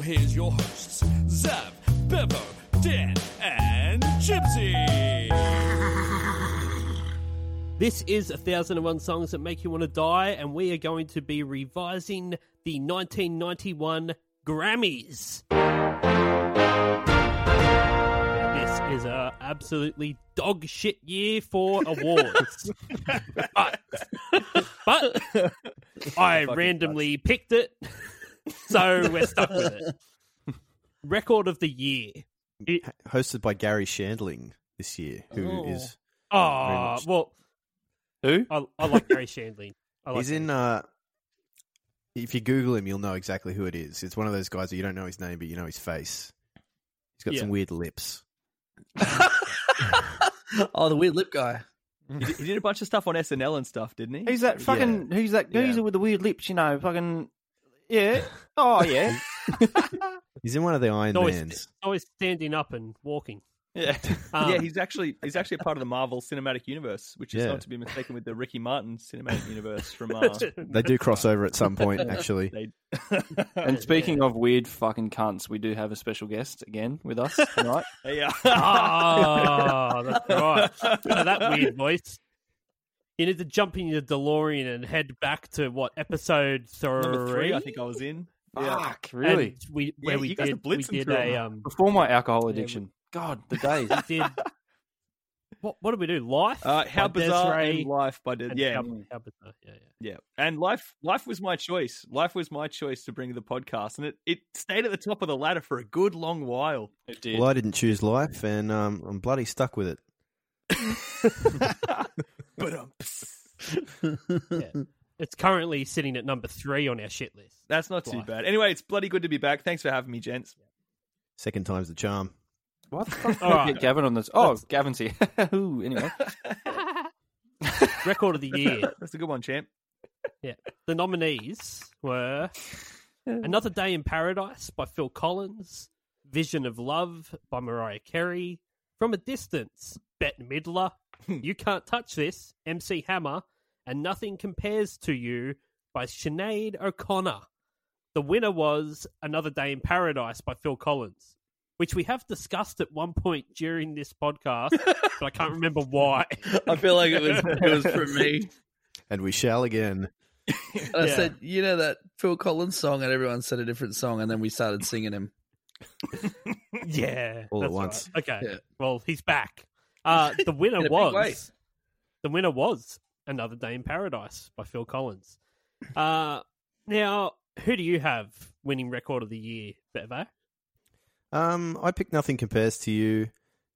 here's your hosts, Zav, Bevo, Dan, and Gypsy. This is 1001 Songs That Make You Want to Die, and we are going to be revising the 1991 Grammys. This is a absolutely dog shit year for awards. but, but I randomly picked it, so we're stuck with it. Record of the year. It- hosted by Gary Shandling this year, who is oh, much. well, Who? I, I like Gary Shandling. I like he's in. Uh, if you Google him, you'll know exactly who it is. It's one of those guys that you don't know his name, but you know his face. He's got Yeah. some weird lips. oh, the weird lip guy. He did, he did a bunch of stuff on SNL and stuff, didn't he? Who's that fucking? Who's that geezer with the weird lips? You know, fucking. Yeah. Oh yeah. He's in one of the Iron It's always, Mans. it's always standing up and walking. Yeah, Um, yeah. He's actually he's actually a part of the Marvel Cinematic Universe, which is Yeah. not to be mistaken with the Ricky Martin Cinematic Universe from. Uh, They do cross over at some point, actually. they... And speaking of weird fucking cunts, we do have a special guest again with us tonight. yeah. Ah, that's right. Oh, that weird voice. You need to jump in your DeLorean and head back to what episode three? Number three, I think I was in. Yeah. Fuck, And really? we where Yeah, we you guys are did we blitzing did through a them. um Before my alcohol addiction. God, the days. we did what what did we do? Life. Uh, how by bizarre Desiree and life by Des- and yeah, How, how bizarre. Yeah, yeah. yeah, and life life was my choice. Life was my choice to bring to the podcast, and it it stayed at the top of the ladder for a good long while. It did. Well, I didn't choose life, and um, I'm bloody stuck with it. But um, It's currently sitting at number three on our shit list. that's not too Life. bad. Anyway, it's bloody good to be back. Thanks for having me, gents. Second time's the charm. What the fuck? All Did I right. Get Gavin on this. Oh, Gavin's here. Ooh, anyway. Record of the year. That's a good one, champ. The nominees were Another Day in Paradise by Phil Collins, Vision of Love by Mariah Carey, From a Distance, Bette Midler, You Can't Touch This, MC Hammer, and Nothing Compares to You by Sinead O'Connor. The winner was Another Day in Paradise by Phil Collins, which we have discussed at one point during this podcast, but I can't remember why. I feel like it was it was from me. And we shall again. And I Yeah. said, you know that Phil Collins song, and everyone said a different song, and then we started singing him. Yeah, All at that's once. right. Okay, Yeah. well, he's back. Uh, the In winner a big way. was the winner was Another Day in Paradise by Phil Collins. Uh, now, who do you have winning record of the year, Bevo? Um, I picked Nothing Compares to You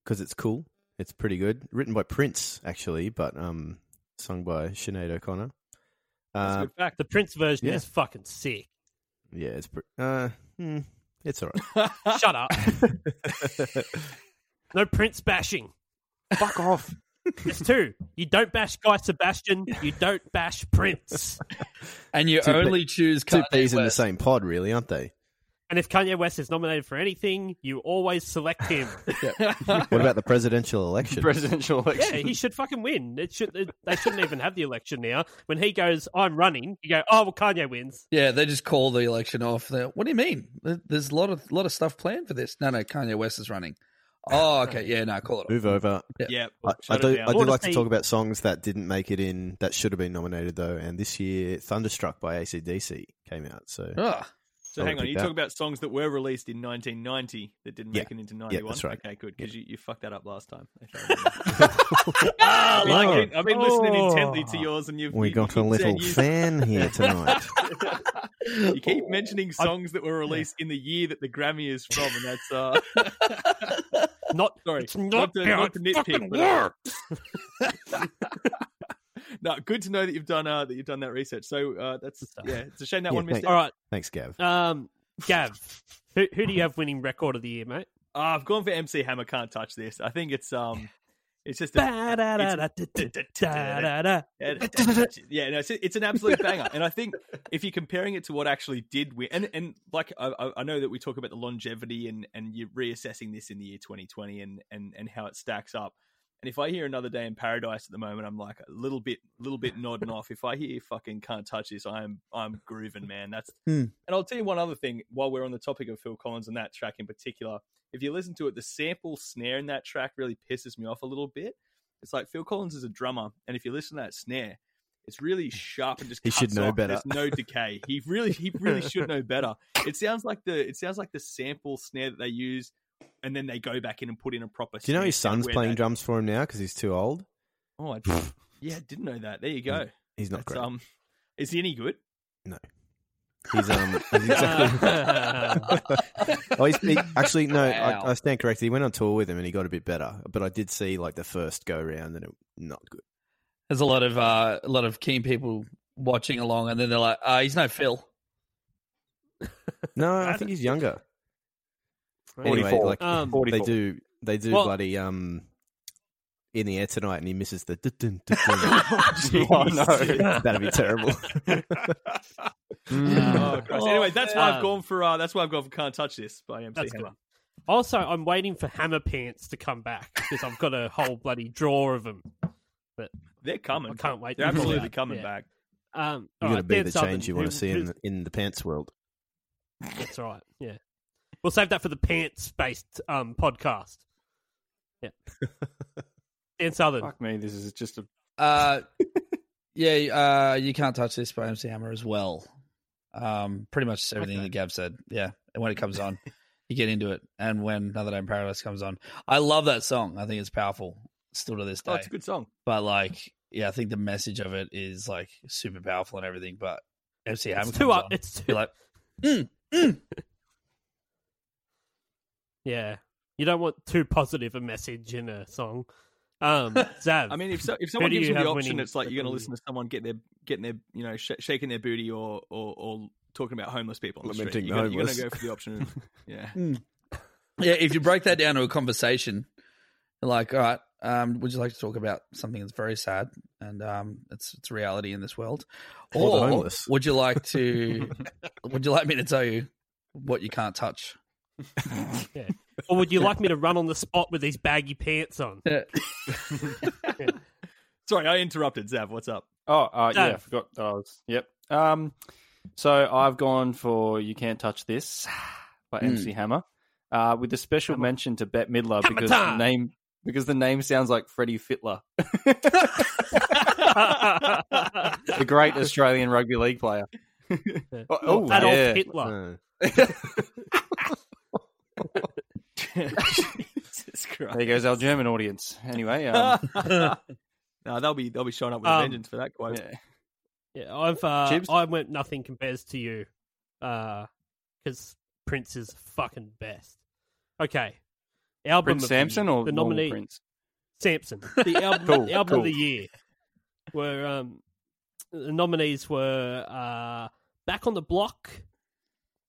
because it's cool. It's pretty good. Written by Prince, actually, but um, sung by Sinead O'Connor. That's Uh, a good fact. The Prince version Yeah. is fucking sick. yeah, it's pre- uh, hmm, it's all Shut up. right. No Prince bashing. Fuck off. There's two. You don't bash Guy Sebastian. You don't bash Prince. And you Two pe- only choose Two Kanye peas in the West. same pod, really, aren't they? And if Kanye West is nominated for anything, you always select him. What about the presidential election? Presidential Yeah, election. he should fucking win. It should. It, they shouldn't even have the election now. When he goes, I'm running. You go, oh well, Kanye wins. Yeah, they just call the election off. They're, what do you mean? There- There's a lot of lot of stuff planned for this. No, no, Kanye West is running. Oh, okay, yeah, no, call it. off. Move over. Yeah, I, I shut it do. down. I do Wanna like to see- talk about songs that didn't make it in that should have been nominated though. And this year, "Thunderstruck" by ACDC came out. So Oh, Ah, I So would hang on, pick you that. talk about songs that were released in 1990 that didn't Yeah. make it into Yeah, 91. that's right. Okay, good, because you, you fucked that up last time. if I remember. Ah, like, I've been- I've been listening Oh. intently to yours, and you've we you, got you a keep little saying you- fan here tonight. You keep mentioning songs that were released in the year that the Grammy is from, and that's uh, Not Sorry, It's not, not to- how not it to nitpick, fucking but- works. no. Good to know that you've done uh, that you've done that research. So uh, that's Good stuff. yeah, it's a shame that Yeah, one missed thank- out. All right. Thanks, Gav. Um, Gav, who, who do you have winning record of the year, mate? Uh, I've gone for MC Hammer. Can't touch this. I think it's um, it's just a, it's- Ba-da-da-da-da-da-da-da. And- yeah, no, it's, it's an absolute banger. And I think if you're comparing it to what actually did win, and, and like I- I, I know that we talk about the longevity and, and you're reassessing this in the year 2020 and, and, and how it stacks up. And if I hear another day in paradise at the moment, I'm like a little bit, little bit nodding off. If I hear fucking can't touch this, I'm, I'm grooving, man. That's, Hmm. and I'll tell you one other thing while we're on the topic of Phil Collins and that track in particular. If you listen to it, the sample snare in that track really pisses me off a little bit. It's like Phil Collins is a drummer, and if you listen to that snare, it's really sharp and just He should cuts know off. better. There's no decay. He really, he really should know better. It sounds like the it sounds like the sample snare that they use, and then they go back in and put in a proper. Do you know snare his sound son's where playing that- drums for him now because he's too old? Oh, I didn't- yeah, I didn't know that. There you go. He's Mm, not That's, great. um, is he any good? He's um. He's exactly, oh, he's, he, actually no. Wow. I, I stand corrected. He went on tour with him and he got a bit better. But I did see like the first go round and it not good. There's a lot of uh, a lot of keen people watching along, and then they're like, uh, "He's no Phil." No, I That's- think he's younger. Anyway, 44. like Um, they 44. do, they do Well- bloody um. In the air tonight, and he misses the. dun, dun, dun, dun. Oh, no. That'd be terrible. Oh, Christ. anyway, that's why Um, I've gone for. Uh, that's why I've gone for. Can't touch this by MC That's Hammer. Also, I'm waiting for Hammer Pants to come back because I've got a whole bloody drawer of them. They're coming. I can't wait. They're to pull absolutely out. coming Yeah. back. Um, You're all gonna right, be Dan the Southern, change you want who- to see who- in the, in the pants world. That's right. Yeah, we'll save that for the pants-based um, podcast. Yeah, Dan Southern. Fuck me, this is just a. Uh, yeah, uh, you can't touch this by MC Hammer as well. Um, pretty much everything that Gav said. Yeah, and when it comes on, you get into it. And when Another Day in Paradise comes on, I love that song. I think it's powerful still to this day. Oh, it's a good song. But like, yeah, I think the message of it is like super powerful and everything. But MC Hammer It's comes too up. on, It's too you're like, Yeah. You don't want too positive a message in a song. Um, Zav. I mean, if so, if someone do gives you you the have option, winning it's like you're going record? to listen to someone get their getting their you know sh- shaking their booty or or, or talking about homeless people. On the street. Lamenting You're gonna- homeless. You're going to go for the option. of- yeah. yeah, if you break that down to a conversation, like, all right, um, would you like to talk about something that's very sad and um, it's it's reality in this world, Or the homeless. would you like to? would you like me to tell you what you can't touch? or would you like me to run on the spot with these baggy pants on? Sorry, I interrupted. Zav, what's up? Oh, uh, yeah, I Dave. forgot. that I was, yep. Um, so I've gone for "You Can't Touch This" by MC Hammer, uh, with a special mention to Bette Midler because the time. name because the name sounds like Freddie Fitler, the great Australian rugby league player. oh, oh, Adolf yeah. Hitler. Uh, Jesus Christ. There goes our German audience. Anyway, um, No, they'll be they'll be showing up with a Um, vengeance for that quote. yeah. Yeah, I've uh, Jibs? I went nothing compares to you, because Prince is fucking best. Okay, album Prince of the Samson year. or the normal nominee Prince? Samson. The album, Cool, the album cool. of the year were um, the nominees were uh, "Back on the Block"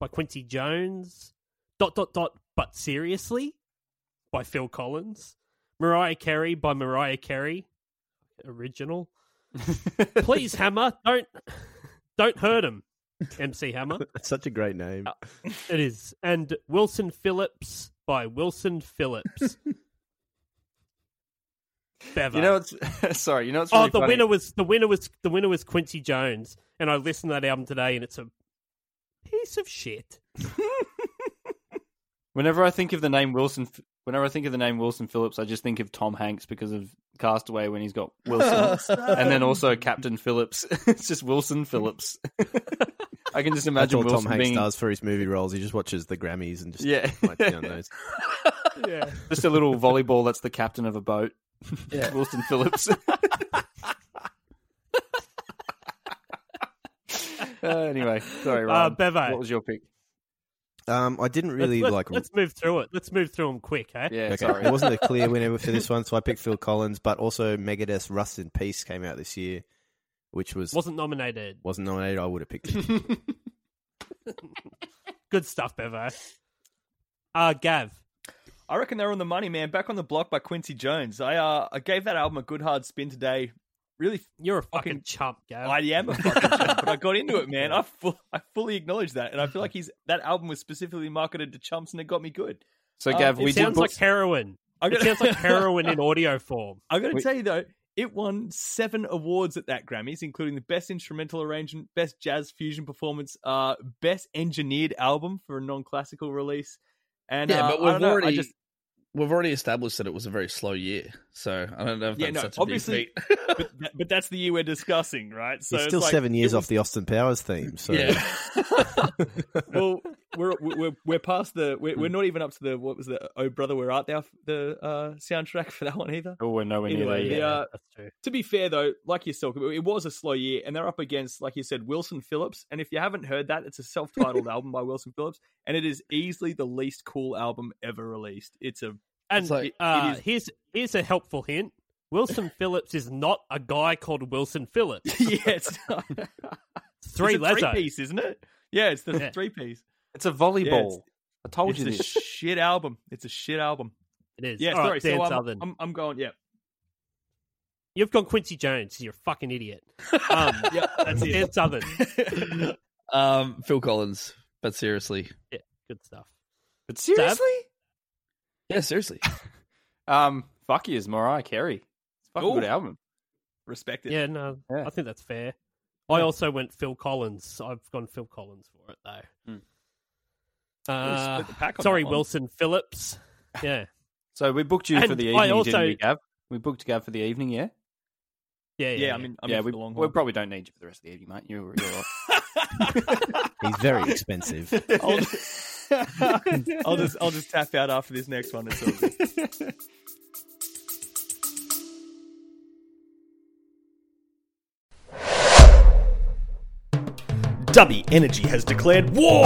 by Quincy Jones, dot dot dot, but seriously by Phil Collins, Mariah Carey by Mariah Carey, original. Please Hammer, don't don't hurt him, MC Hammer. that's such a great name. It is. And Wilson Phillips by Wilson Phillips. Bever. You know, it's sorry. You know, it's oh, really the funny? winner was the winner was the winner was Quincy Jones, and I listened to that album today, and it's a piece of shit. Whenever I think of the name Wilson, whenever I think of the name Wilson Phillips, I just think of Tom Hanks because of Castaway when he's got Wilson, and then also Captain Phillips. it's just Wilson Phillips. I can just That's imagine all Wilson Tom Hanks being does for his movie roles. He just watches the Grammys and just Yeah. writes down those. Yeah, just a little volleyball that's the captain of a boat. Yeah. Wilson Phillips. Uh, anyway, sorry, uh, Ryan. Bevo. what was your pick? Um, I didn't really let's, like. Let's move through it. Let's move through them quick, eh? hey? Yeah, okay, sorry. it wasn't a clear winner for this one, so I picked Phil Collins. But also, Megadeth's "Rust in Peace" came out this year, which was Wasn't nominated. wasn't nominated. I would have picked it. Good stuff, Bevo. Uh, Gav. I reckon they're on the money, man. Back on the block by Quincy Jones. I uh, I gave that album a good hard spin today. Really, You're a fucking, Fucking- chump, Gav. I am a fucking chump, but I got into it, man. I full, I fully acknowledge that, and I feel like he's that album was specifically marketed to chumps, and it got me good. So, Uh, Gav, it we did sounds book... like heroin. I It gotta- sounds like heroin in audio form. I got to We- tell you though, it won seven awards at that Grammys, including the best instrumental arrangement, best jazz fusion performance, uh, best engineered album for a non-classical release. And Yeah, uh, but I we've don't know, I already- just, We've already established that it was a very slow year, so I don't know if Yeah, that's no, such a big obviously- feat. but, that- but that's the year we're discussing, right? So He's it's still like- seven years it off the Austin Powers theme. So yeah, well, we're we're we're past the we're, Hmm. we're not even up to the what was the Oh Brother Where Art Thou the uh, soundtrack for that one either. Oh, we're nowhere near Anyway, there yet. yeah. uh, that's true. To be fair though, like yourself, it it was a slow year, and they're up against like you said Wilson Phillips. And if you haven't heard that, it's a self-titled album by Wilson Phillips, and it is easily the least cool album ever released. It's a And It's like- uh, it is- here's here's a helpful hint. Wilson Phillips is not a guy called Wilson Phillips. yeah, it's, Three letters. piece, isn't it? Yeah, it's the Yeah. three piece. It's a volleyball. it's- I told It's you a this. shit album. It's a shit album. It is. Yeah, All sorry. right, Dan so I'm, Southern. I'm I'm going. Yeah, You've gone Quincy Jones. You're a fucking idiot. Um, yeah, that's it. Dan Southern. um, Phil Collins. But seriously, Good stuff. But seriously, yeah, seriously, um, fuck you is Mariah Carey. It's a fucking good Ooh. album. Respect it. Yeah, no, Yeah. I think that's fair. I also went Phil Collins. I've gone Phil Collins for it though. Hmm. Really Uh, split the pack on sorry, that one. Wilson Phillips. Yeah, So we booked you for And the I evening, also- didn't we, Gav? We booked Gav for the evening, yeah. yeah, yeah. Yeah, I mean, I'm yeah, in for we, the long we haul. probably don't need you for the rest of the evening, mate. You're, you're off. he's very expensive. I'll, just, I'll just I'll just tap out after this next one. It's all good. Dubby Energy has declared war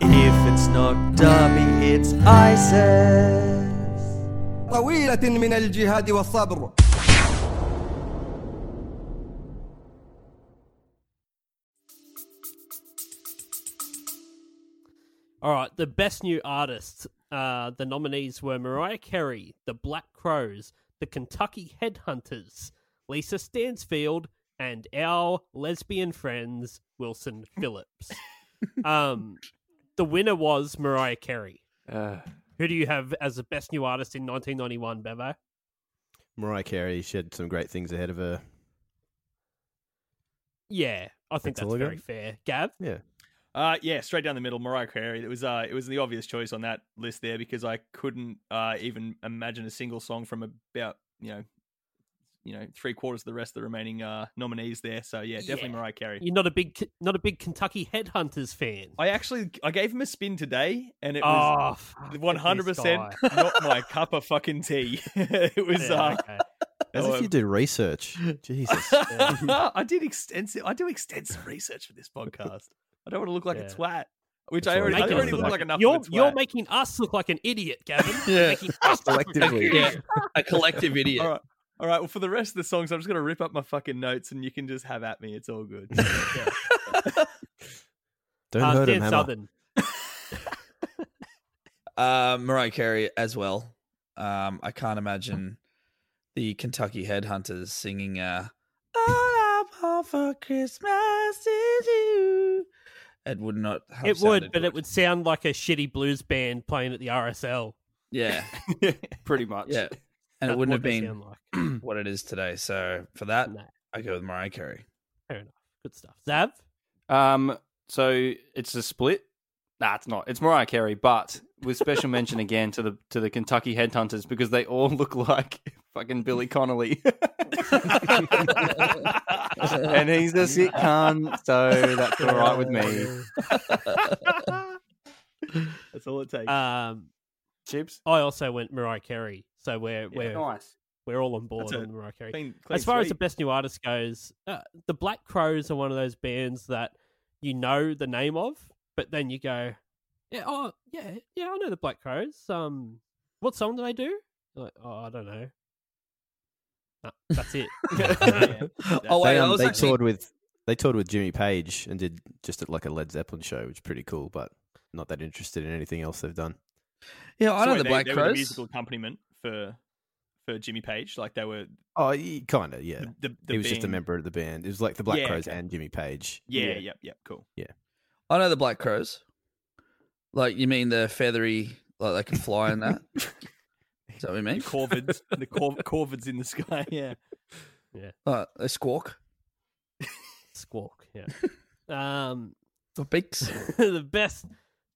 if it's not dubby, it's ISIS. طويلة من الجهاد والصبر All right, the best new artists. Uh, the nominees were Mariah Carey, The Black Crows, The Kentucky Headhunters, Lisa Stansfield, and our lesbian friends Wilson Phillips. um, the winner was Mariah Carey. Uh, Who do you have as the best new artist in 1991, Bevo? Mariah Carey shed some great things ahead of her. Yeah, I think That's that's all I got. very fair. Gav, Uh, yeah, straight down the middle, Mariah Carey. It was uh, it was the obvious choice on that list there because I couldn't uh, even imagine a single song from about you know, you know, three quarters of the rest of the remaining uh, nominees there. So yeah, definitely Yeah. Mariah Carey. you're not a big not a big Kentucky Headhunters fan. I actually I gave him a spin today, and it was oh, fuck, look at this one hundred percent guy. not my cup of fucking tea. it was. Yeah, uh, okay. As Oh, if you do research. Jesus. I did extensive. I do extensive research for this podcast. I don't want to look like Yeah. a twat, which That's I all right. already, I Make already us look look like enough. You're of a twat. you're making us look like an idiot, Gavin. You're Yeah. making us look like- Collectively. yeah, a collective idiot. All right. All right. Well, for the rest of the songs, I'm just going to rip up my fucking notes and you can just have at me. It's all good. Don't Uh, hurt Dan him, Hammer. Southern. Uh, Mariah Carey as well. Um, I can't imagine the Kentucky Headhunters singing uh, "All I Want for Christmas Is You." It would not. Have It would, sounded but it good. would sound like a shitty blues band playing at the RSL. Yeah, pretty much. yeah, and it That's wouldn't what have they been sound like. what it is today. So for that, No. I go with Mariah Carey. Fair enough. Good stuff. Zav, Um, so it's a split. Nah, it's not. It's Mariah Carey, but with special mention again to the to the Kentucky Headhunters because they all look like fucking Billy Connolly, and he's a sick cunt, so that's all right with me. That's all it takes. Um, Chips. I also went Mariah Carey, so we're we're Nice. we're all on board That's a on Mariah Carey. Clean- clean as far as the sweep. best new artist goes, uh, the Black Crows are one of those bands that you know the name of, but then you go, yeah, oh yeah, yeah, I know the Black Crows. Um, what song do they do? Like, oh, I don't know. No, that's it. Yeah. Oh, wait, they, I um, was they actually- toured with they toured with Jimmy Page and did just like a Led Zeppelin show, which is pretty cool. But not that interested in anything else they've done. Yeah, I know So wait, the they- Black they were the Crows. musical accompaniment for for Jimmy Page. Like they were Oh, kind of, yeah. the, the, the he was just a band- member of the band. It was like the Black Yeah, Crows okay. and Jimmy Page. Yeah, yeah, yep, yep, cool. I know the Black Crows. Like you mean the feathery, like they can fly and that. Is that what you The mean? corvids, the cor- corvids in the sky. Yeah, Uh, they squawk. Squawk. Yeah. Um, The beaks. the best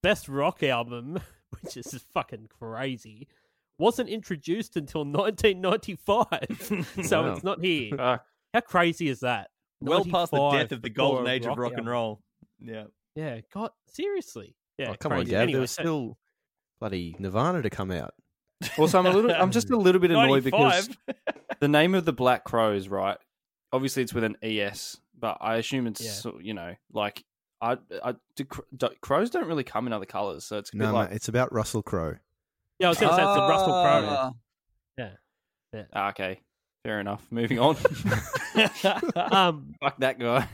best rock album, which is just fucking crazy, wasn't introduced until 1995, so Wow. Ah. it's not here. Fuck. How crazy is that? well past the 95 death of the for golden a age of rock and album. roll. Yeah, Yeah, God, seriously. Yeah, Oh, come on, crazy. Gav. Anyway, there was so- still bloody Nirvana to come out. Also, I'm a little. I'm just a little bit annoyed because 95? the name of the Black Crows, right? Obviously, it's with an es, but I assume it's Yeah. so- you know like I, I do, cr- do, crows don't really come in other colors, so it's a bit No, like mate, it's about Russell Crowe. yeah, I was going to say it's the Russell Crowe. Ah, ah, okay, fair enough. Moving on. Fuck Um, that guy.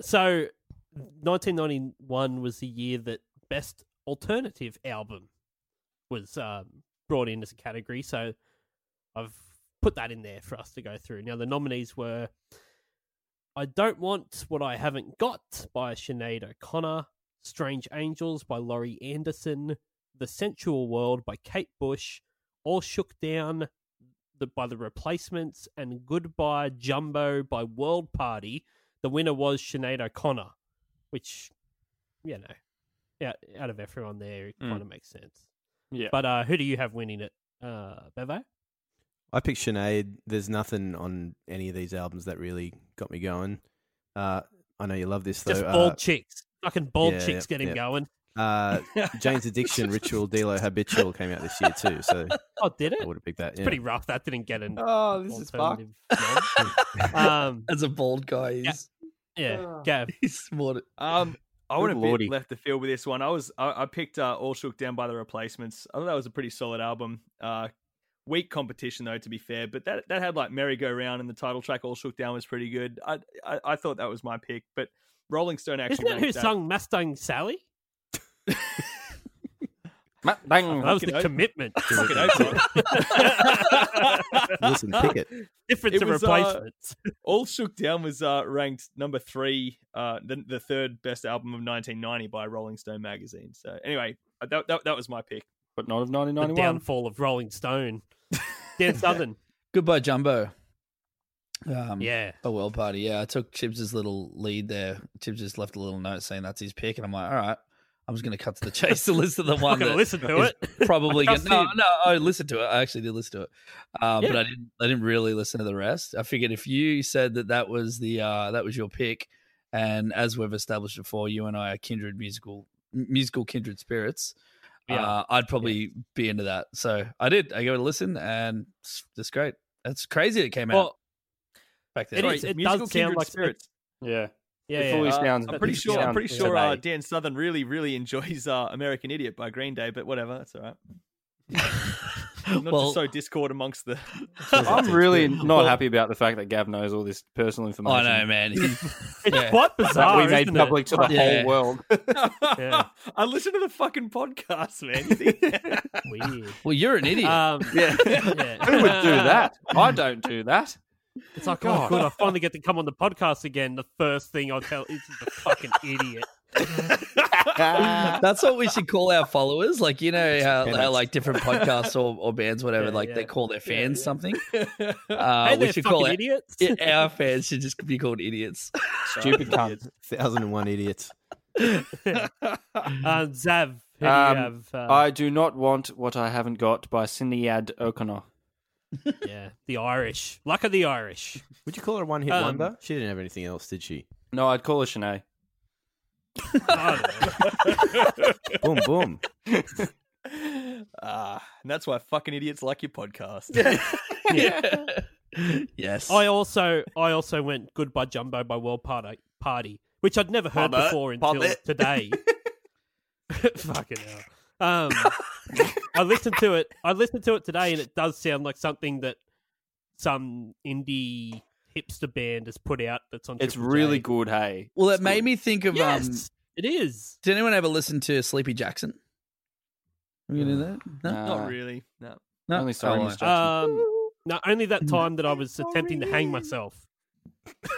so 1991 was the year that best alternative album was um, brought in as a category. So I've put that in there for us to go through. Now the nominees were "I Don't Want What I Haven't Got" by Sinead O'Connor, "Strange Angels" by Laurie Anderson, "The Sensual World" by Kate Bush, "All Shook Down." The, by the replacements and goodbye jumbo by world party the winner was Sinead O'Connor, which, you know, out, out of everyone there, it Mm. kind of makes sense. Yeah. But uh, who do you have winning it, uh, Bevo? I picked Sinead. There's nothing on any of these albums that really got me going. Uh, I know you love this though. Just Uh, bald chicks. Fucking bald yeah, chicks get him yeah. going. uh, Jane's Addiction, Ritual, Delo, Habitual came out this year too. So Oh, did it? I would have picked that. It's yeah. pretty rough. That didn't get an Oh, alternative nom. um, As a bald guy, he's yeah, Gav. he's what? Um, I went a lordy. bit left the field with this one. I was I, I picked uh, All Shook Down by the Replacements. I thought that was a pretty solid album. Uh, weak competition though, to be fair, but that that had like Merry Go Round and the title track All Shook Down was pretty good. I I, I thought that was my pick, but Rolling Stone Isn't actually that who ranked that- sung Mustang Sally? Matt Bang. That was fucking the oath. commitment. Fucking oath, man. Listen, pick it. Difference It of was, uh, replacements. All Shook Down was uh, ranked number three, uh, the, the third best album of 1990 by Rolling Stone magazine. So anyway, uh, that that, that was my pick. but not of the 1991. downfall of Rolling Stone. Dan Southern. Goodbye, Jumbo. Um, Yeah. A world party. Yeah, I took Chibs's little lead there. Chibs just left a little note saying that's his pick, and I'm like, all right, I'm just going to cut to the chase to listen to the I'm one going to that listen to is it. probably I gonna, trust no, him. no. I listened to it. I actually did listen to it, uh, but Yeah. I didn't. I didn't really listen to the rest. I figured if you said that that was the uh, that was your pick, and as we've established before, you and I are kindred musical m- musical kindred spirits. Yeah. Uh, I'd probably be into that. So I did. I gave it a listen, and it's just great. It's crazy it came out Well, back then. It Sorry, is- it musical does sound kindred like- spirits. Yeah. yeah, It yeah. fully Uh, sounds. I'm pretty it sure. I'm sounds pretty sure uh, amazing. Dan Southern really, really enjoys uh, "American Idiot" by Green Day, but whatever, that's all right. Not well, just so discord amongst the. I'm really Well- not happy about the fact that Gav knows all this personal I information. know, man. It's Yeah. quite That bizarre. we made isn't public it? to the Yeah. whole world. Yeah. I listen to the fucking podcast, man. You think- Weird. well, you're an idiot. Um, Yeah. yeah. Uh, Who would do that? I don't do that. It's like, oh, good, I finally get to come on the podcast again. The first thing I'll tell is the fucking idiot. Ah, That's what we should call our followers. Like you know how, Depends. how like different podcasts or, or bands, whatever, Yeah, like yeah. they call their Yeah, fans yeah. something. Uh, hey we there, should fucking call it. idiots. yeah, our fans should just be called idiots. Stupid cunt. Thousand and one idiots. Um, Zav, who do you Um, have? Uh, I do not want what I haven't got by Sinead O'Connor. yeah, the Irish. Luck of the Irish. Would you call her a one hit Um, wonder? She didn't have anything else, did she? No, I'd call her Sinead. I don't know. boom, boom. Ah, and that's why fucking idiots like your podcast. yes. I also I also went Goodbye Jumbo by World Party Party, which I'd never heard Pub it, before pub until it. today. Fucking hell. Um, I listened to it. I listened to it today, and it does sound like something that some indie hipster band has put out. That's on. It's Triple really J. good, hey. well, it made me think of. Um, Yes, it is. did anyone ever listen to Sleepy Jackson? Have you do Mm. that? No, Not really. No. no. Uh, only sorry, Oh, Miss Jackson. Um, no, only Mm. that time that I was attempting to hang myself.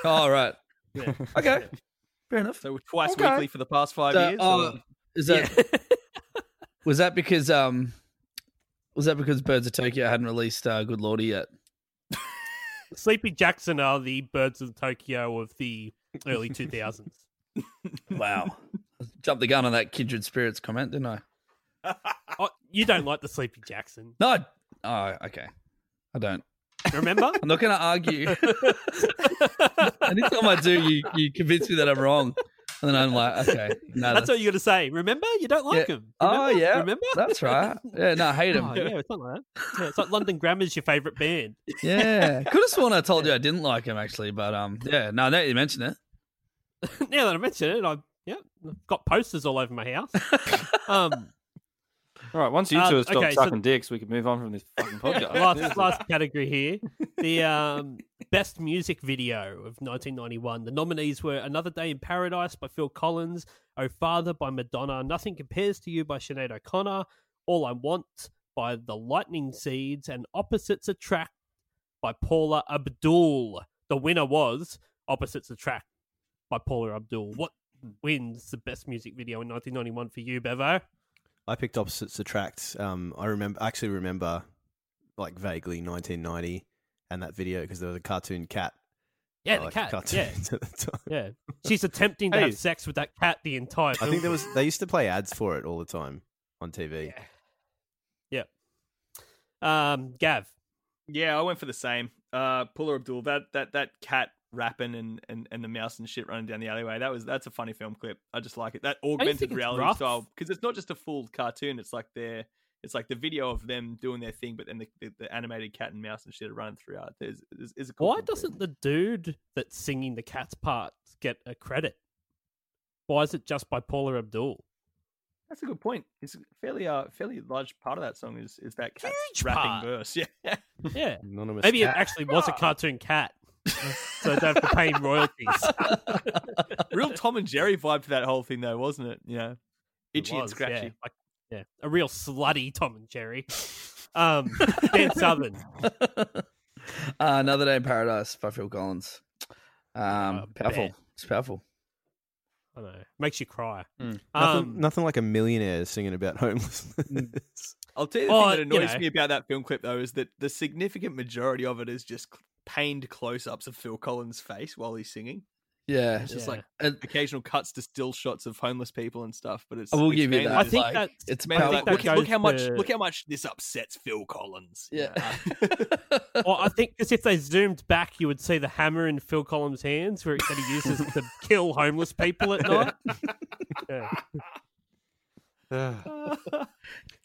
all right. Yeah. Okay. Fair enough. So twice Okay. weekly for the past five So, years. oh, or- is that was that because um was that because Birds of Tokyo hadn't released uh, Good Lordy yet? Sleepy Jackson are the birds of Tokyo of the early two thousands. Wow, jumped the gun on that kindred spirits comment, didn't I? oh, you don't like the Sleepy Jackson, No. I- Oh, okay. I don't. remember? I'm not going to argue. Anytime I do, you you convince me that I'm wrong, and then I'm like, okay, no, That's that's, what you got to say. Remember, you don't like Yeah. him. Oh, Remember? yeah. remember? that's right. Yeah, no, I hate him. Oh, yeah, it's not like that. Yeah, it's like London Grammar's your favourite band. Yeah, could have sworn I told you I didn't like him actually, but um, yeah, no, now that you mention it, now that I mention it, I yeah, I've got posters all over my house. um, All right, once you um, two have stopped okay, so- sucking dicks, we can move on from this fucking podcast. last last category here, the um, best music video of 1991. The nominees were "Another Day in Paradise" by Phil Collins, "Oh Father" by Madonna, "Nothing Compares to You" by Sinead O'Connor, "All I Want" by The Lightning Seeds, and "Opposites Attract" by Paula Abdul. The winner was "Opposites Attract" by Paula Abdul. What wins the best music video in 1991 for you, Bevo? I picked opposites attract. Um, I remember I actually remember like vaguely 1990 and that video because there was a cartoon cat. Yeah, Oh, I the liked cat. Yeah, cartoons at the time. yeah. She's attempting to Hey. have sex with that cat the entire I time. think there was they used to play ads for it all the time on TV. Um, Gav. Yeah, I went for the same. Uh Puller Abdul, that that that cat rapping and, and and the mouse and shit running down the alleyway. That was that's a funny film clip. I just like it. That think augmented it's reality rough? style because it's not just a full cartoon. It's like their it's like the video of them doing their thing, but then the, the, the animated cat and mouse and shit are running through. It is is, is a cool Why film clip. doesn't the dude that's singing the cat's part get a credit? Why is it just by Paula Abdul? That's a good point. It's a fairly uh fairly large part of that song is is that cat's Huge rapping part. verse. Yeah. Yeah. Anonymous Maybe it cat. actually was a cartoon cat. so they have to pay him royalties. Real Tom and Jerry vibe to that whole thing though, wasn't it? You know. Itchy It and was, scratchy. Yeah, Like- yeah. A real slutty Tom and Jerry. Um, Dan Southern. uh, Another Day in Paradise by Phil Collins. Um, Oh, powerful. bet. It's powerful. I know. Makes you cry. Mm. nothing, Um, Mm. nothing like a millionaire singing about homelessness. I'll tell you the Oh, thing that you annoys know. me about that film clip though is that the significant majority of it is just cl- pained close-ups of Phil Collins' face while he's singing. Yeah. It's just Yeah. like And occasional cuts to still shots of homeless people and stuff. But it's I will it's give you mainly that. I just think like, that- it's mainly powerful. like, look, that look goes how much to- look how much this upsets Phil Collins. you Yeah. know? uh, well, I think because if they zoomed back, you would see the hammer in Phil Collins' hands, where it, that he uses to kill homeless people at night. Yeah. Don't hurt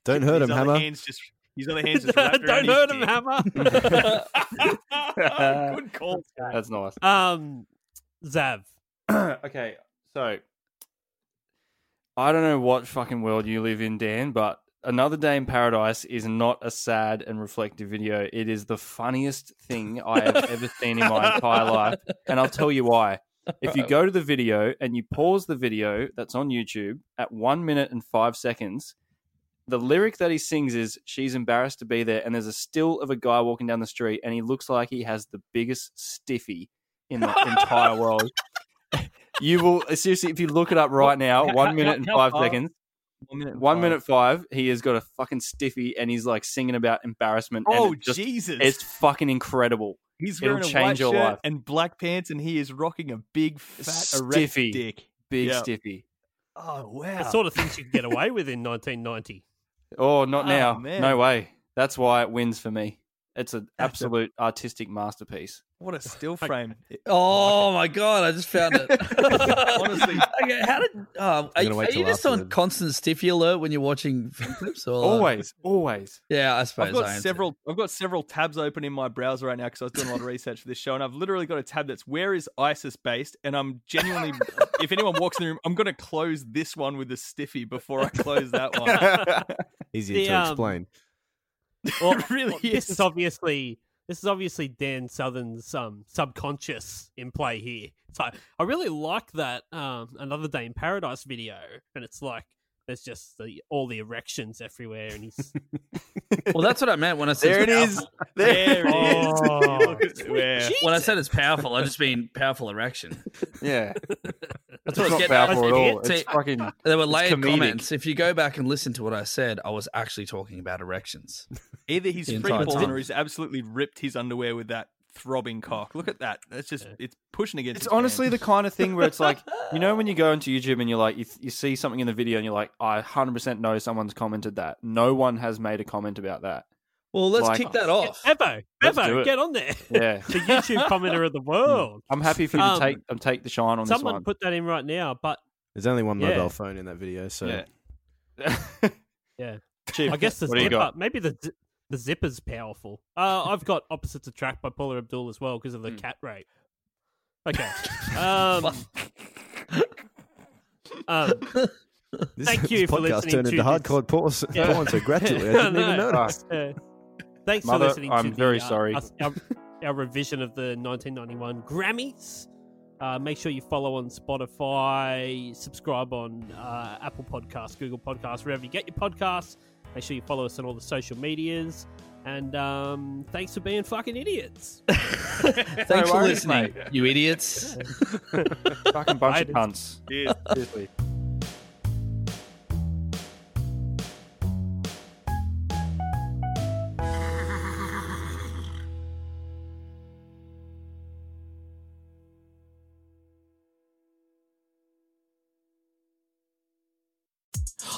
his him, other Hammer. Hands just, his other hands just wrapped Don't around hurt his him, hammer. dick. Good call. That's nice. Um, Zav. okay, so I don't know what fucking world you live in, Dan, but Another Day in Paradise is not a sad and reflective video. It is the funniest thing I have ever seen in my entire life, and I'll tell you why. If you go to the video and you pause the video that's on YouTube at one minute and five seconds, the lyric that he sings is "She's embarrassed to be there," and there's a still of a guy walking down the street, and he looks like he has the biggest stiffy in the entire world. You will seriously, if you look it up right now, How- how- one minute and how five far? seconds. One minute. One minute five, he has got a fucking stiffy and he's like singing about embarrassment. and Oh it just- Jesus! It's fucking incredible. He's It'll wearing a change white your shirt life. and black pants, and he is rocking a big fat erect Stiffy. dick. Big Yeah. stiffy. Oh wow! The sort of things you can get away with in 1990. Oh, not Oh, now. man. No way. That's why it wins for me. It's an absolute artistic masterpiece. What a still frame. Oh my god, I just found it. Honestly. okay, how did um, are, gonna wait are you till just on afterwards. constant stiffy alert when you're watching film clips? Or Always, always. yeah, I suppose I've I got am too. several. I've got several tabs open in my browser right now because I was doing a lot of research for this show, and I've literally got a tab that's where is ISIS based, and I'm genuinely. if anyone walks in the room, I'm going to close this one with a stiffy before I close that one. Easier The, to um, explain. Well, it really well, This is. is obviously this is obviously Dan Southern's um, subconscious in play here. It's like I really like that um, another day in paradise video, and it's like there's just the, all the erections everywhere, and he's Well, that's what I meant when I said There it powerful- is. There it is. oh, Where- When I said it's powerful, I just mean powerful erection. Yeah, That's it's what I was not getting at. powerful at all. It's See, fucking. There were layered comedic. comments. If you go back and listen to what I said, I was actually talking about erections. Either he's The free entire balling time. or he's absolutely ripped his underwear with that throbbing cock. Look at that. That's just it's pushing against. It's his pants. honestly the kind of thing where it's like, you know, when you go into YouTube and you're like, you, you see something in the video and you're like, I 100% know someone's commented that. No one has made a comment about that. Well, let's Like- kick that off. Evo, Let's do Evo, it. get on there. Yeah. the YouTube commenter of the world. I'm happy for you Um, to take um, take the shine on this Someone one. put that in right now, but There's only one yeah. mobile phone in that video, so Yeah. Yeah. Chief, I guess the what do you zipper. got? Maybe the zi- the zipper's powerful. Uh, I've got opposites attract by Paula Abdul as well because of Hmm. the cat rape. Okay. Um, um, this, Thank this you for listening podcast turned to into this. hardcore porn, Yeah. porn so gradually. I didn't I even know. notice. Yeah. Thanks Mother, for listening. I'm to very the, uh, sorry. us- Our, our revision of the 1991 Grammys. Uh, make sure you follow on Spotify, subscribe on uh, Apple Podcasts, Google Podcasts, wherever you get your podcasts. Make sure you follow us on all the social medias. And um, thanks for being fucking idiots. Thanks for worries, listening, you idiots. Fucking bunch I- of cunts. Seriously.